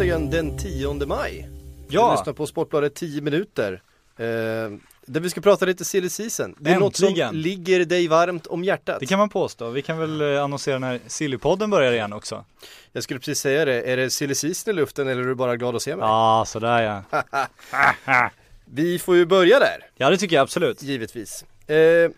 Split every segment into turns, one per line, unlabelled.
in den 10 maj. Ja. Vi
Ja,
lyssnar på Sportbladet 10 minuter. Eh, där vi ska prata lite silly season. Det är något som
Äntligen.
ligger dig varmt om hjärtat.
det kan man påstå. Vi kan väl eh, annonsera när Sillypodden börjar igen också.
Jag skulle precis säga det. Är det silly season i luften eller är du bara glad att se mig?
Ja, sådär ja.
Vi får ju börja där,
Ja, det tycker jag absolut.
givetvis. Eh,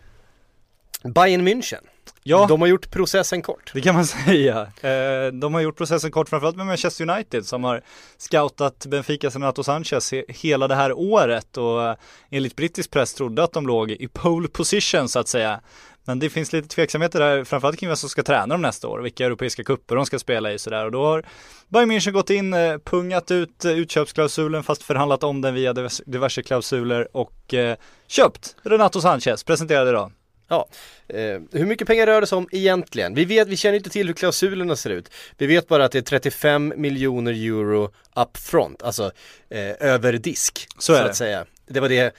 Bayern München.
Ja,
De har gjort processen kort.
det kan man säga. Eh, De har gjort processen kort, framförallt med Manchester United som har scoutat Benficas Renato Sanchez he- hela det här året och eh, enligt brittisk press trodde att de låg i pole position så att säga. Men det finns lite tveksamheter där, framförallt kring vem som ska träna dem nästa år, vilka europeiska kupper de ska spela i sådär. Och då har Bayern München gått in, eh, pungat ut eh, utköpsklausulen fast förhandlat om den via divers- diverse klausuler och eh, köpt Renato Sanchez, presenterade idag.
Ja, eh, hur mycket pengar rör det sig om egentligen? Vi, vet, vi känner inte till hur klausulerna ser ut. Vi vet bara att det är 35 miljoner euro upfront, alltså eh, över disk.
Så är
att
det.
säga. Det var det,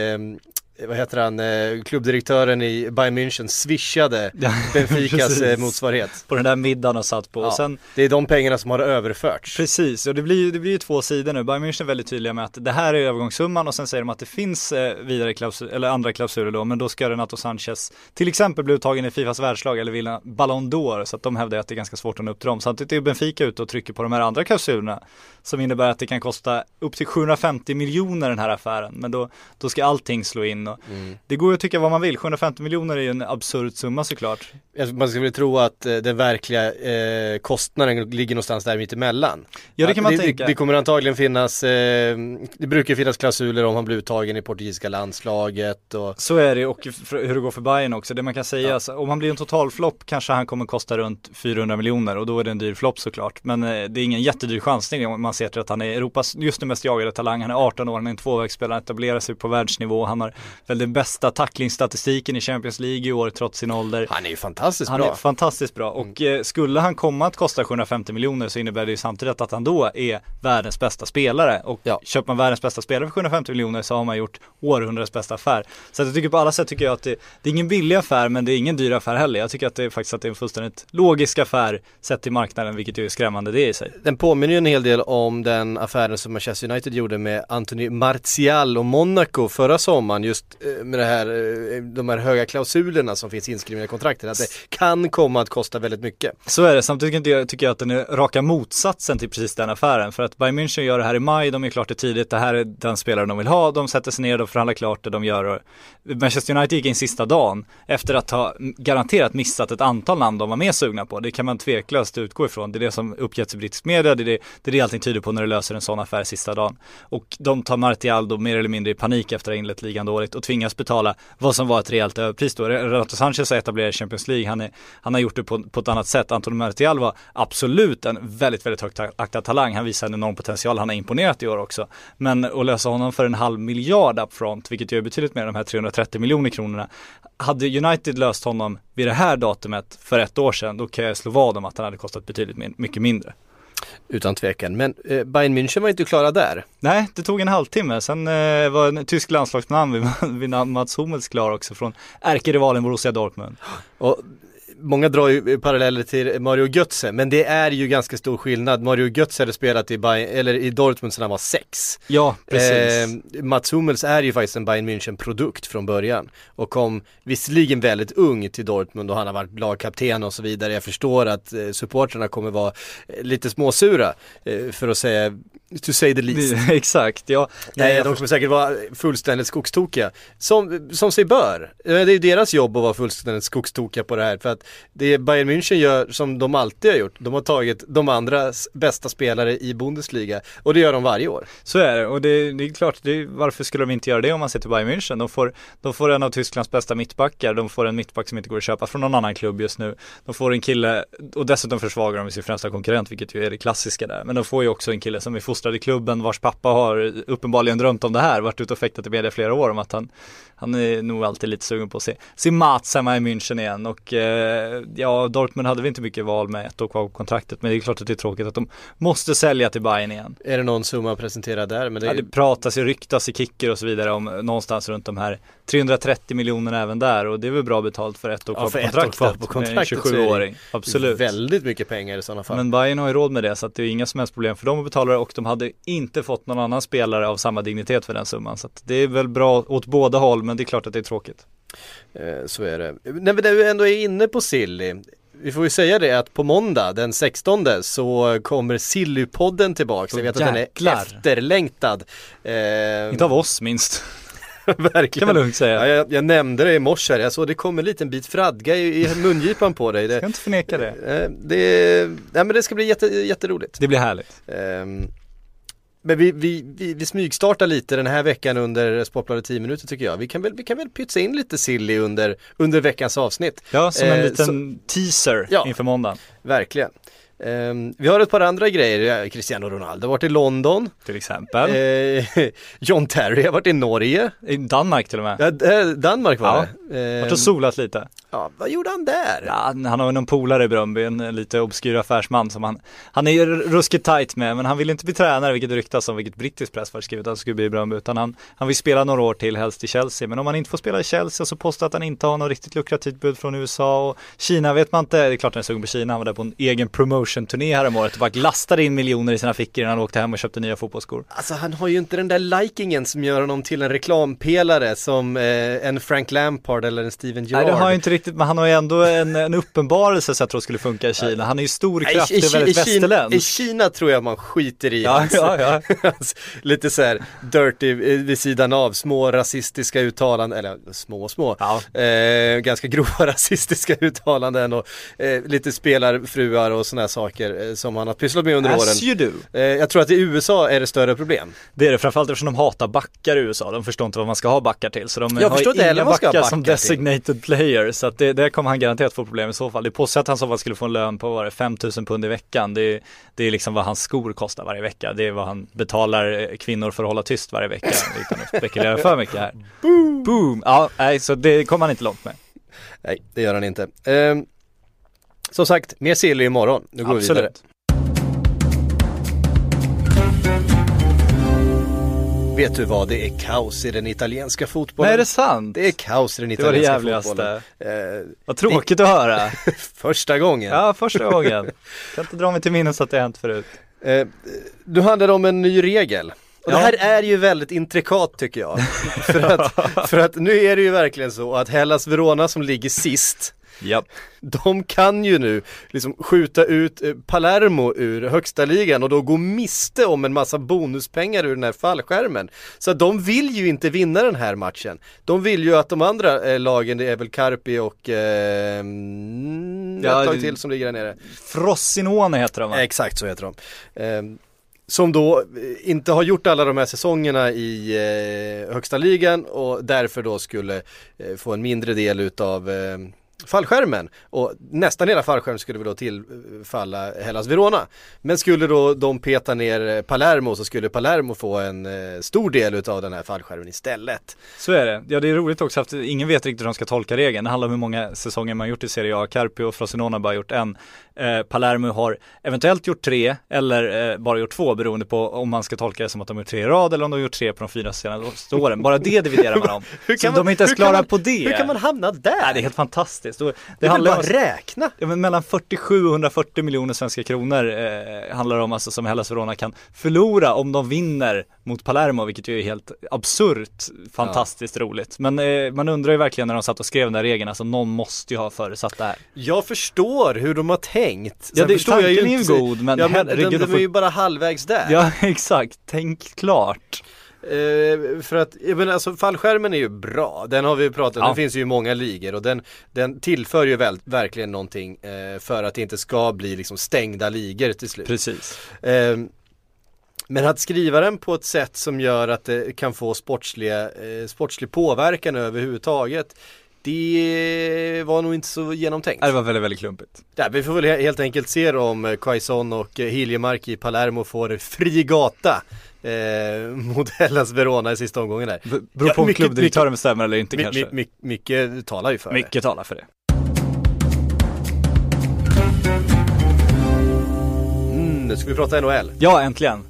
eh, vad heter han, eh, klubbdirektören i Bayern München swishade
Ja,
Benficas
precis.
eh, motsvarighet.
På den där middagen och satt på.
Ja.
Och sen
Det är de pengarna som har överförts.
Precis, och det blir, ju- det blir ju två sidor nu. Bayern München är väldigt tydliga med att det här är övergångssumman och sen säger de att det finns eh, vidare klausul, eller andra klausuler då, men då ska Renato Sanchez till exempel bli uttagen i Fifas världslag eller vinna Ballon d'Or, så att de hävdar ju att det är ganska svårt att nå upp till dem. Samtidigt är Benfica ute och trycker på de här andra klausulerna som innebär att det kan kosta upp till 750 miljoner den här affären, men då, då ska allting slå in. Och
Mm.
Det går ju att tycka vad man vill, 750 miljoner är ju en absurd summa såklart.
Alltså, Man skulle tro att eh, den verkliga eh, kostnaden ligger någonstans där mittemellan.
Ja, det kan man
Att
tänka.
Det, det kommer antagligen finnas, eh, det brukar ju finnas klausuler om han blir uttagen i portugisiska landslaget och
Så är det och f- hur det går för Bayern också. Det man kan säga, alltså, om han blir en totalflopp kanske han kommer kosta runt 400 miljoner och då är det en dyr flopp såklart. Men eh, det är ingen jättedyr chansning om man ser till att han är Europas just nu mest jagade talang. Han är 18 år, han är en tvåvägsspelare, han etablerar sig på världsnivå. Han har väl den bästa tacklingsstatistiken i Champions League i år trots sin ålder.
han är ju fantastiskt
Han
bra. Mm.
är fantastiskt bra och eh, skulle han komma att kosta 750 miljoner så innebär det ju samtidigt att han då är världens bästa spelare och
Ja.
köper man världens bästa spelare för 750 miljoner så har man gjort århundradets bästa affär. Så att jag tycker på alla sätt tycker jag att det, det är ingen billig affär men det är ingen dyr affär heller. Jag tycker att det är faktiskt att det är en fullständigt logisk affär sett till marknaden vilket ju är skrämmande det i sig.
Den påminner ju en hel del om den affären som Manchester United gjorde med Anthony Martial och Monaco förra sommaren just eh, med det här, eh, de här höga klausulerna som finns inskrivna i kontrakten. Att det kan komma att kosta väldigt mycket.
Så är det, samtidigt tycker jag- tycker jag att den är raka motsatsen till precis den affären. För att Bayern München gör det här i maj, de är klart det tidigt, det här är den spelare de vill ha, de sätter sig ner, de förhandlar klart det de gör. Och Manchester United gick in sista dagen efter att ha garanterat missat ett antal namn de var mer sugna på. Det kan man tveklöst utgå ifrån, det är det som uppgetts i brittisk media, det är det, det, är det allting tyder på när du löser en sån affär sista dagen. Och de tar Martial då mer eller mindre i panik efter att ha inlett ligan dåligt och tvingas betala vad som var ett rejält överpris då. Renato Sanchez har etablerat i Champions League, han, är, han har gjort det på, på ett annat sätt. Antonio Martial var absolut en väldigt, väldigt högt aktad talang. Han visar en enorm potential, han har imponerat i år också. Men att lösa honom för en halv miljard upfront, vilket ju är betydligt mer än de här 330 miljoner kronorna. Hade United löst honom vid det här datumet för ett år sedan, då kan jag slå vad om att han hade kostat betydligt min- mycket mindre.
Utan tvekan. Men eh, Bayern München var inte klara där.
Nej, det tog en halvtimme. Sen eh, var en tysk landslagsman vid, vid namn Mats Hummels klar också från ärkerivalen Borussia Dortmund.
Och många drar ju paralleller till Mario Götze, men det är ju ganska stor skillnad. Mario Götze hade spelat i, Bayern, eller i Dortmund sedan han var sex.
Ja, precis.
Eh, Mats Hummels är ju faktiskt en Bayern München-produkt från början och kom visserligen väldigt ung till Dortmund och han har varit lagkapten och så vidare. Jag förstår att eh, supportrarna kommer vara eh, lite småsura eh, för att säga, to say the least.
Exakt, ja. Eh,
Nej,
jag
de kommer säkert vara fullständigt skogstokiga. Som, som sig bör. Eh, Det är ju deras jobb att vara fullständigt skogstokiga på det här. För att det Bayern München gör som de alltid har gjort. De har tagit de andra bästa spelare i Bundesliga. Och det gör de varje år.
Så är det och det, det är klart, det, varför skulle de inte göra det om man ser till Bayern München? De får, de får en av Tysklands bästa mittbackar, de får en mittback som inte går att köpa från någon annan klubb just nu. De får en kille, och dessutom försvagar de sin främsta konkurrent, vilket ju är det klassiska där. Men de får ju också en kille som är fostrad i klubben, vars pappa har uppenbarligen drömt om det här, varit ute och fäktat i media i flera år om att han, han är nog alltid lite sugen på att se, se Mats hemma i München igen och eh, ja, Dortmund hade väl inte mycket val med ett år kvar på kontraktet, men det är klart att det är tråkigt att de måste sälja till Bayern igen.
Är det någon summa presenterad där? Men det,
Ja, det pratas ju, ryktas i kicker och så vidare om någonstans runt de här 330 miljonerna även där och det är väl bra betalt för ett år
Ja,
kvar
för
på
ett år
kontraktet.
kvar på
med en
kontraktet så är det
27-åring. Absolut.
väldigt mycket pengar i sådana fall.
Men Bayern har ju råd med det så att det är inga som helst problem för dem att betala det och de hade inte fått någon annan spelare av samma dignitet för den summan. Så att det är väl bra åt båda håll men det är klart att det är tråkigt.
Eh, Så är det. När vi när vi ändå är inne på Silly. Vi får ju säga det att på måndag den 16 så kommer Sillypodden tillbaks. Jag vet att den är
Jäklar.
efterlängtad. Eh,
Inte av oss minst, kan man
verkligen.
lugnt säga.
Ja,
Jag
jag, jag nämnde det i morse, här. jag såg det kom en liten bit fradga i, i mungipan på dig. Det,
kan inte förneka det.
eh, det, nej, men det ska bli jätte, jätteroligt.
Det blir härligt.
Ehm, Men vi, vi, vi, vi smygstartar lite den här veckan under Sportbladet 10 minuter tycker jag. Vi kan väl, vi kan väl pytsa in lite silly under, under veckans avsnitt.
Ja, som en
Eh,
liten teaser
Ja.
inför måndagen
Verkligen. Ehm, vi har ett par andra grejer. Eh, Cristiano Ronaldo har varit i London.
till exempel.
Eh, John Terry har varit i Norge.
I Danmark till och med.
Ja, eh, Danmark var
Ja.
det. Ehm,
Vart och solat lite.
ja, vad gjorde han där?
Ja, han har väl någon polare i Bröndby, en lite obskyr affärsman som han, han är ju ruskigt tajt med, men han vill inte bli tränare, vilket det ryktas om, vilket brittisk press var skrivit att han skulle bli i Bröndby, utan han, han vill spela några år till, helst i Chelsea. Men om han inte får spela i Chelsea så påstår att han inte har något riktigt lukrativt bud från USA och Kina vet man inte, det är klart han är sugen på Kina, han var där på en egen promotion-turné häromåret och bara lastade in miljoner i sina fickor innan han åkte hem och köpte nya fotbollsskor.
Alltså han har ju inte den där likingen som gör honom till en reklampelare som eh, en Frank Lampard eller en Steven
Nej
Gerrard.
det har jag inte riktigt, men han har ju ändå en, en uppenbarelse så jag tror skulle funka i Kina. Han är ju stor,
Nej,
kraftig och väldigt
Kina- I
västerländsk.
Kina tror jag man skiter i
Ja,
hans,
ja, ja.
hans lite så här dirty eh, vid sidan av, små rasistiska uttalanden, eller små små,
ja.
eh, ganska grova rasistiska uttalanden och eh, lite spelarfruar och sådana saker eh, som han har pysslat med under
As
åren.
you do.
Eh, jag tror att i USA är det större problem.
Det är det, framförallt eftersom de hatar backar i USA. De förstår inte vad man ska ha backar till. Så de
Jag
har
förstår inte
inga
heller vad man ska ha
backar som
backar till.
designated player. Så att det, det kommer han garanterat få problem i så fall. Det påstås att han i så fall skulle få en lön på vad var det 5000 pund i veckan. Det, är- det är liksom vad hans skor kostar varje vecka. Det är vad han betalar eh, kvinnor för att hålla tyst varje vecka. Utan att spekulera för mycket här. Boom! Ja, nej, så det kommer han inte långt med.
Nej, det gör han inte. Eh, som sagt, mer silly imorgon. Nu går vi vidare.
Absolut.
Vet du vad, det är kaos i den italienska fotbollen.
Nej, är det sant?
Det är kaos i den
Det var det
italienska fotbollen.
jävligaste.
Eh,
Vad tråkigt att höra.
första gången.
Ja, första gången. Kan inte dra mig till minnes att det har hänt förut.
Eh, du handlade om en ny regel. Och det
Ja.
här är ju väldigt intrikat tycker jag. för, att, för att nu är det ju verkligen så att Hellas Verona som ligger sist,
Japp.
de kan ju nu liksom skjuta ut eh, Palermo ur högsta ligan och då gå miste om en massa bonuspengar ur den här fallskärmen. Så att de vill ju inte vinna den här matchen. De vill ju att de andra eh, lagen, det är väl Carpi och eh, mm,
Ja,
ett lag
det-
till som ligger där nere.
Frossinone heter de va?
Exakt så heter de. Ehm, som då eh, inte har gjort alla de här säsongerna i eh, högsta ligan och därför då skulle eh, få en mindre del utav eh, fallskärmen. Och nästan hela fallskärmen skulle väl då tillfalla Hellas Verona. Men skulle då de peta ner eh, Palermo så skulle Palermo få en eh, stor del utav den här fallskärmen istället.
Så är det. Ja det är roligt också att ingen vet riktigt hur de ska tolka regeln. Det handlar om hur många säsonger man gjort i Serie A. Carpi och Frosinone har bara gjort en. Eh, Palermo har eventuellt gjort tre eller eh, bara gjort två beroende på om man ska tolka det som att de har gjort tre i rad eller om de har gjort tre på de fyra senaste åren. Bara det dividerar man om.
Hur
Så
kan
de är inte ens
hur kan
klara
man-
på det.
Hur kan man hamna där?
Nej, det är helt fantastiskt. Och
det
Det
är väl
handlar
bara
om
att räkna.
Ja, men mellan 47 och 140 miljoner svenska kronor eh, handlar det om alltså som Hellas Verona kan förlora om de vinner mot Palermo, vilket ju är helt absurt fantastiskt roligt. Men eh, man undrar ju verkligen när de satt och skrev den där regeln, alltså någon måste ju ha förutsatt det här.
Jag förstår hur de har tänkt. Sen
Ja, det-
förstår jag ju
tanken är ju
inte-
god, men
ja, men
herregud,
de,
de
de är
får-
ju bara halvvägs där.
Ja, exakt. Tänk klart.
Eh, för att, jag menar, alltså, fallskärmen är ju bra. Den har vi ju pratat om.
Ja.
Den finns ju i många ligor och den, den tillför ju väl, verkligen någonting eh, för att det inte ska bli liksom stängda ligor till slut.
Precis.
Eh, men att skriva den på ett sätt som gör att det kan få sportsliga, eh, sportslig påverkan överhuvudtaget. Det var nog inte så genomtänkt.
Det var väldigt, väldigt klumpigt.
Ja, vi får väl he- helt enkelt se då om eh, Quaison och eh, Hiljemark i Palermo får fri gata eh, mot Hellas Verona i sista omgången där.
B- beror
Ja,
på om
mycket-
klubbdirektören bestämmer eller inte
My,
kanske.
my, my, mycket talar ju för
Mycket talar för det.
Mm, nu ska vi prata NHL.
Ja, äntligen.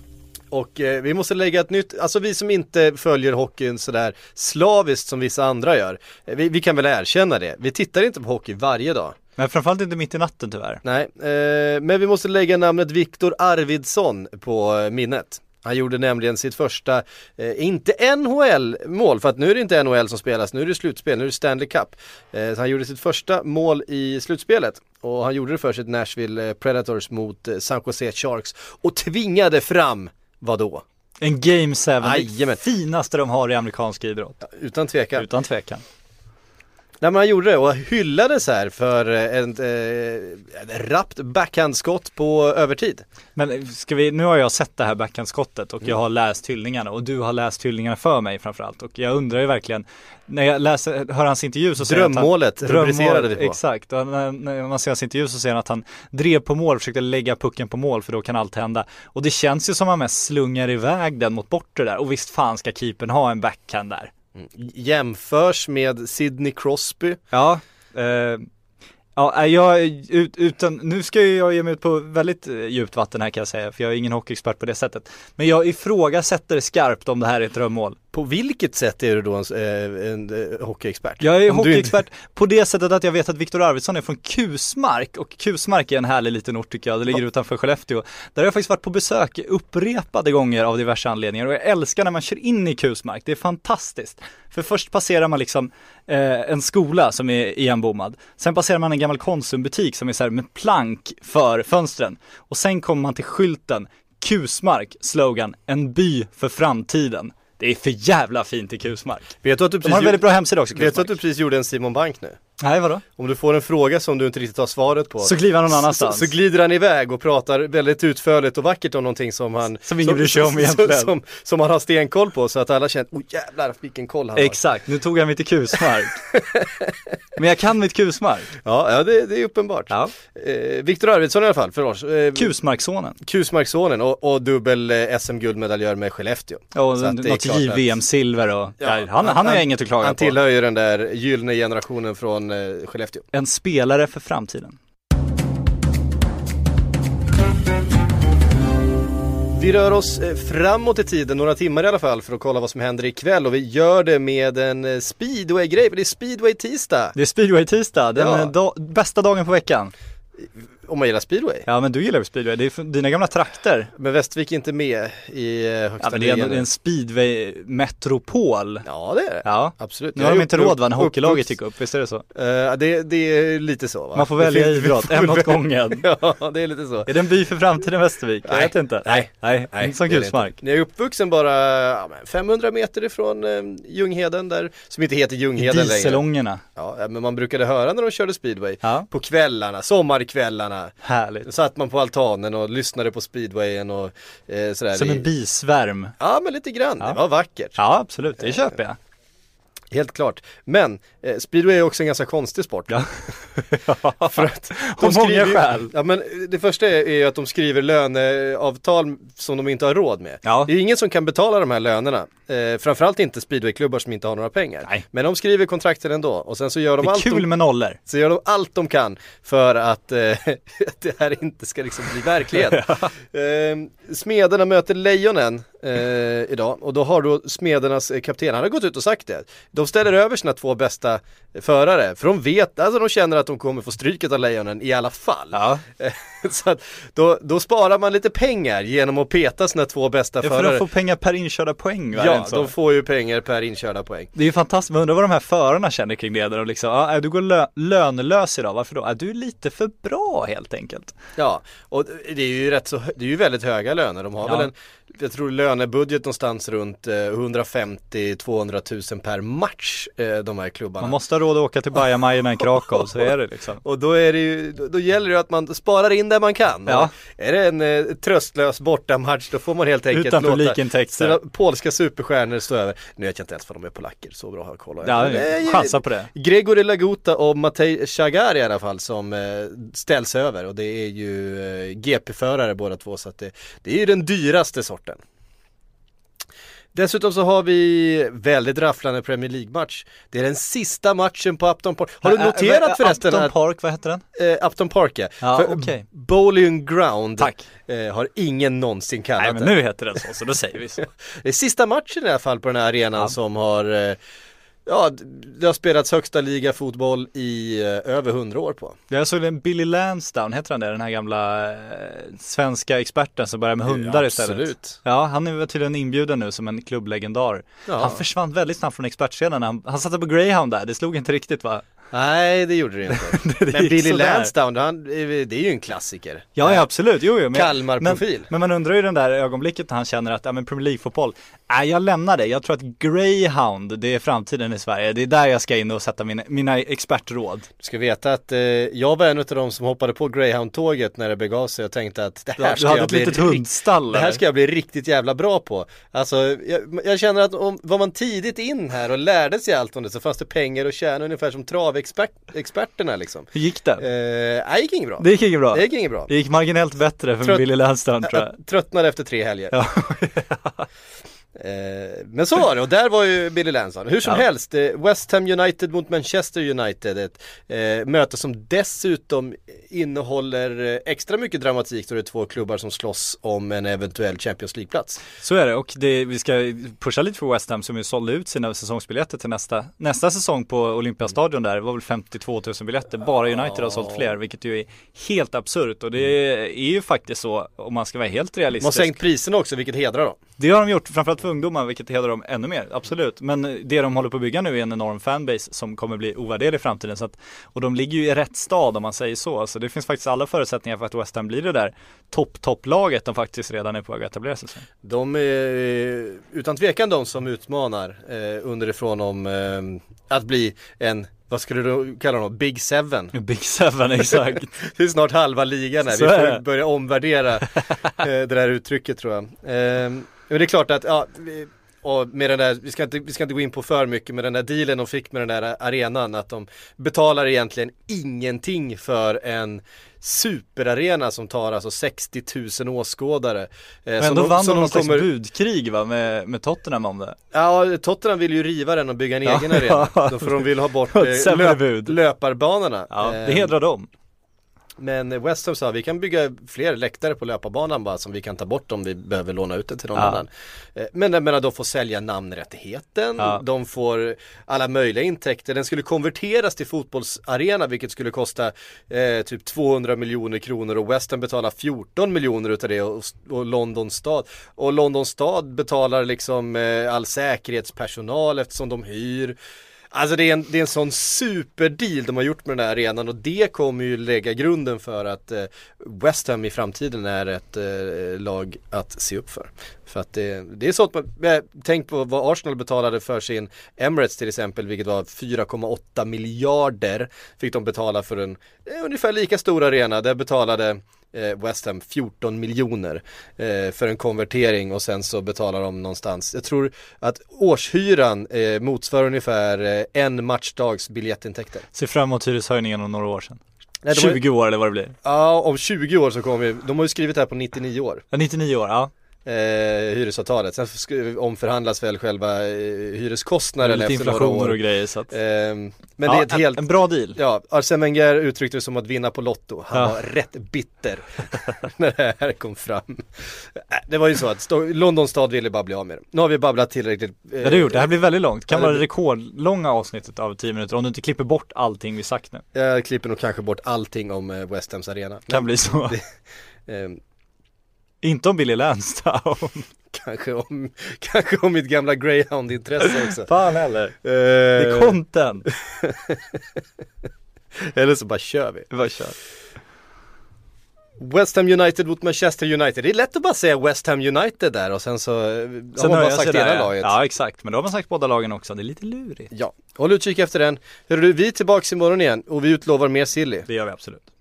Och eh, vi måste lägga ett nytt, alltså vi som inte följer hockeyn sådär slaviskt som vissa andra gör. eh, Vi, vi kan väl erkänna det. Vi tittar inte på hockey varje dag.
Men framförallt inte mitt i natten tyvärr.
Nej, eh, men vi måste lägga namnet Viktor Arvidsson på eh, minnet. Han gjorde nämligen sitt första, eh, inte NHL-mål, för att nu är det inte NHL som spelas, nu är det slutspel, nu är det Stanley Cup. Eh, så han gjorde sitt första mål i slutspelet och han gjorde det för sitt Nashville eh, Predators mot eh, San Jose Sharks och tvingade fram, vadå?
En Game 7,
Jajamän.
det finaste de har i amerikansk idrott.
Utan tvekan.
Utan tvekan.
Nej men han gjorde det och hyllades här för eh, en eh, rappt backhandskott på övertid.
Men eh, ska vi, nu har jag sett det här backhandskottet och jag
Mm.
har läst hyllningarna och du har läst hyllningarna för mig framförallt och jag undrar ju verkligen när jag läser, hör hans intervju så säger han att han-
Drömmålet rubricerade vi på.
Exakt, och när, när man ser hans intervju så säger han att han drev på mål, försökte lägga pucken på mål för då kan allt hända. Och det känns ju som han mest slungar iväg den mot bortre där och visst fan ska keepern ha en backhand där.
jämförs med Sidney Crosby.
Ja, eh, ja nej, jag, ut, utan, nu ska ju jag ge mig ut på väldigt eh, djupt vatten här kan jag säga, för jag är ingen hockeyexpert på det sättet. Men jag ifrågasätter skarpt om det här är ett drömmål.
På vilket sätt är du då en, eh, en eh, hockeyexpert?
Jag är
Om du
hockeyexpert på det sättet att jag vet att Viktor Arvidsson är från Kusmark och Kusmark är en härlig liten ort tycker jag, det ligger utanför Skellefteå. Där har jag faktiskt varit på besök upprepade gånger av diverse anledningar och jag älskar när man kör in i Kusmark, det är fantastiskt. För först passerar man liksom eh, en skola som är igenbommad, sen passerar man en gammal Konsumbutik som är så här med plank för fönstren och sen kommer man till skylten Kusmark, slogan, en by för framtiden. Det är för jävla fint i Kusmark.
Inte, vet du att du
De
precis,
har en väldigt
gjorde,
bra hemsida också,
vet du
Kusmark.
att du precis gjorde en Simon Bank nu?
Nej, vadå?
Om du får en fråga som du inte riktigt har svaret på
Så kliver han någon annanstans.
Så, så glider han iväg och pratar väldigt utförligt och vackert om någonting som han
Som ingen bryr sig om egentligen.
Som, som, som han har stenkoll på så att alla känner, oh jävlar vilken koll han har.
Exakt, nu tog jag mitt kusmark. Men jag kan mitt kusmark.
Ja, ja det, det är uppenbart.
Ja.
Eh, Viktor Arvidsson i alla fall för oss. Eh,
Kusmarkssonen.
Kusmarkssonen och, och dubbel eh, SM-guldmedaljör med Skellefteå.
Och
Så att det är
något
klart att-
JVM-silver och,
Ja,
nej, han, han har jag inget att klaga
Han
på.
tillhör ju den där gyllene generationen från eh, Skellefteå.
En spelare för framtiden.
Vi rör oss eh, framåt i tiden, några timmar i alla fall, för att kolla vad som händer ikväll och vi gör det med en eh, speedway-grej, för det är speedway-tisdag.
Det är speedway-tisdag, den
Ja.
eh, da- bästa dagen på veckan.
Om man gillar speedway.
Ja men du gillar ju speedway, det är från dina gamla trakter.
Men Västervik är inte med i eh, högsta
Ja men det är en,
ligan.
en speedway-metropol.
Ja det är det.
Ja.
Absolut.
Nu
Jag
har de
är
inte
upp-
råd va, när
upp-
hockeylaget
upp-
gick upp, visst är det så?
Eh, det, det är lite så va?
Man får
Det
välja
finns- vi
idrott,
får
en åt
väl-
gången.
Ja, det är lite så.
Är det en by för framtiden Västervik? Jag
Nej.
vet inte.
Nej.
Nej, inte Mm. som
det är det
Kusmark.
inte. Jag är uppvuxen bara ja, men 500 meter ifrån eh, Ljungheden där, som inte heter Ljungheden längre.
Dieselångorna.
Ja, men man brukade höra när de körde speedway.
Ja.
På kvällarna, sommarkvällarna.
Härligt.
Satt man på altanen och lyssnade på speedwayen och eh, sådär.
Som en bisvärm.
Ja men lite grann, det
Ja.
var vackert.
Ja, absolut. Det köper jag.
Helt klart. Men eh, speedway är också en ganska konstig sport.
Ja. För att Av
skriver
många
ju-
skäl.
Ja men eh, det första är är ju att de skriver löneavtal som de inte har råd med.
Ja.
Det är ju ingen som kan betala de här lönerna. Eh, framförallt inte speedwayklubbar som inte har några pengar.
Nej.
Men de skriver kontrakten ändå och sen så gör de
Det är
allt
kul
de
med nollor.
så gör de allt de kan för att eh, att det här inte ska liksom bli verklighet. eh, smederna möter lejonen eh, idag och då har då smedernas eh, kapten, han har gått ut och sagt det. De ställer över sina två bästa förare för de vet, alltså de känner att de kommer få stryket av lejonen i alla fall.
Ja.
Eh, Så att då, då sparar man lite pengar genom att peta sina två bästa
För
förare.
de får pengar per inkörda poäng, va? Är det
ja,
inte så?
de får ju pengar per inkörda poäng.
Det är ju fantastiskt, man undrar vad de här förarna känner kring det. Där de liksom, ah, äh, du går lö- lönelös idag, varför då? Ah, du är lite för bra helt enkelt.
Ja, och det är ju rätt så, hö- det är ju väldigt höga löner. De har
Ja.
väl en, jag tror lönebudget någonstans runt eh, 150-200 000 per match, eh, de här klubbarna.
Man måste ha råd att åka till Bajamajorna i Krakow, så är det liksom.
Och då, är det ju, då, då gäller det ju att man sparar in där man kan.
Ja.
Och Är det en eh, tröstlös bortamatch då får man helt enkelt
Utan
låta
publikintexter.
sina polska superstjärnor stå över. Nu vet jag inte ens vad de är polacker, så bra har jag koll.
Ja,
Men, eh,
chansa på det.
Gregory Laguta och Matej Chagari i alla fall som eh, ställs över och det är ju eh, GP-förare båda två så att det, det är ju den dyraste sorten. Dessutom så har vi väldigt rafflande Premier League-match. Det är den sista matchen på Upton Park. Har du
Ä- ä-
noterat
ä-
förresten
Upton
att
Park, vad heter den?
eh, Upton Park ja.
Ja,
För
okej.
Bowling Ground
Tack.
eh, har ingen någonsin kallat
Nej men
det.
nu heter den så, så då säger vi så.
Det är sista matchen i alla fall på den här arenan som har eh, Ja, det har spelats högsta liga fotboll i eh, över 100 år på.
Jag såg en Billy Lansdown, heter han det? Den här gamla eh, svenska experten som börjar med hundar istället.
Absolut.
Ja, han är väl tydligen inbjuden nu som en klubblegendar.
Ja.
Han försvann väldigt snabbt från expertscenen. Han, han satte på Greyhound där, det slog inte riktigt va?
Nej, det gjorde det inte. Men
gick
Billy
sådär.
Lansdown, han, det är ju en klassiker.
Ja, ja absolut, jo, jo men-
Kalmarprofil.
Men, men man undrar ju den där ögonblicket när han känner att, ja men Premier League-fotboll, nej jag lämnar det. Jag tror att Greyhound, det är framtiden i Sverige. Det är där jag ska in och sätta mina, mina expertråd.
Du ska veta att eh, jag var en av de som hoppade på Greyhound-tåget när det begav sig och tänkte att det
Du,
här
du
ska
hade
jag
ett
bli
litet
rikt-
hundstall.
Det här
eller?
ska jag bli riktigt jävla bra på. Alltså, jag, jag känner att om, var man tidigt in här och lärde sig allt om det så fanns det pengar att tjäna ungefär som travexperterna liksom.
Hur gick det?
Eh, nej, det gick inget bra.
det gick inget bra.
Det gick inget bra.
Det gick marginellt bättre för
Trött-
Billy Lansdown tror jag.
Jag tröttnade efter tre helger.
Ja.
Eh, men så var det och där var ju Billy Lansson. Hur som
Ja.
helst, eh, West Ham United mot Manchester United. Ett eh, möte som dessutom innehåller eh, extra mycket dramatik då det är två klubbar som slåss om en eventuell Champions League-plats.
Så är det och det, vi ska pusha lite för West Ham som ju sålde ut sina säsongsbiljetter till nästa, nästa säsong på Olympiastadion där. Det var väl 52 000 biljetter, bara United har sålt fler vilket ju är helt absurt och det är ju faktiskt så om man ska vara helt
De har
realistisk.
sänkt priserna också vilket hedrar dem.
Det har de gjort, framförallt för ungdomar vilket hedrar dem ännu mer, absolut. Men det de håller på att bygga nu är en enorm fanbase som kommer bli ovärderlig i framtiden. Så att, och de ligger ju i rätt stad om man säger så. Så det finns faktiskt alla förutsättningar för att West Ham blir det där topp, topplaget de faktiskt redan är på väg att etablera sig som.
De är eh, utan tvekan de som utmanar eh, underifrån om eh, att bli en, vad skulle du kalla dem, Big Seven?
Big Seven, exakt.
Det är snart halva ligan här, vi
Så är
får
det.
börja omvärdera eh, det där uttrycket tror jag. Eh, men det är klart att, ja, vi- och med den där, vi ska, inte, vi ska inte gå in på för mycket, men den där dealen de fick med den där arenan, att de betalar egentligen ingenting för en superarena som tar alltså 60 000 åskådare. Eh,
Men ändå vann de någon slags budkrig va, med, med Tottenham om det.
Ja, Tottenham vill ju riva den och bygga en
Ja,
egen arena.
ja.
Då får de vill ha bort
Ett
eh,
sämre
löp,
bud.
löparbanorna.
Ja, det
Eh,
hedrar dem.
Men West Ham sa vi kan bygga fler läktare på löparbanan bara som vi kan ta bort om vi behöver låna ut det till någon
Ja.
annan. Eh, Men jag menar, de får sälja namnrättigheten,
Ja.
de får alla möjliga intäkter. Den skulle konverteras till fotbollsarena vilket skulle kosta eh, typ 200 miljoner kronor och West Ham betalar 14 miljoner utav det och, och London stad. Och London stad betalar liksom eh, all säkerhetspersonal eftersom de hyr. Alltså det är, en, det är en sån superdeal de har gjort med den här arenan och det kommer ju lägga grunden för att eh, West Ham i framtiden är ett eh, lag att se upp för. För att det, det är så att man, eh, tänk på vad Arsenal betalade för sin Emirates till exempel, vilket var 4,8 miljarder fick de betala för en eh, ungefär lika stor arena. Där betalade eh, West Ham 14 miljoner eh, för en konvertering och sen så betalar de någonstans. Jag tror att årshyran eh, motsvarar ungefär eh, en matchdags biljettintäkter.
Ser fram emot hyreshöjningen om några år sedan.
Nej, de har ju-
20 år eller vad det blir.
Ja, om 20 år så kommer vi, de har ju skrivit det här på 99 år,
Ja, 99 år, ja.
eh, hyresavtalet. Sen sk- omförhandlas väl själva eh, hyreskostnaden
Lite
efter några
inflationer och
år.
grejer så att.
Eh, men det
ja,
är ett helt
en, en bra deal.
Ja, Arsene Wenger uttryckte det som att vinna på Lotto. Han
Ja.
var rätt bitter när det här kom fram. Äh, Det var ju så att Sto- Londons stad ville bara bli av med det. Nu har vi babblat tillräckligt. eh,
Ja det har gjort, det här blir väldigt långt. Kan
Ja, det
vara det
blir-
rekordlånga avsnittet av 10 minuter om du inte klipper bort allting vi sagt nu.
Jag klipper nog kanske bort allting om eh, West Hams arena.
Kan bli så.
Eh,
inte om Billy Lansdown.
kanske, om, kanske om mitt gamla greyhound-intresse också.
Fan heller. Det är
Eh,
content.
eller så bara kör vi.
Vad kör.
West Ham United mot Manchester United. Det är lätt att bara säga West Ham United där och sen så eh, har man bara
nöjer sig
sagt
där,
hela
ja.
laget.
Ja exakt, men då har man sagt båda lagen också. Det är lite lurigt.
Ja, håll utkik efter den. Hör du, vi är tillbaka imorgon igen och vi utlovar mer silly.
Det gör vi absolut.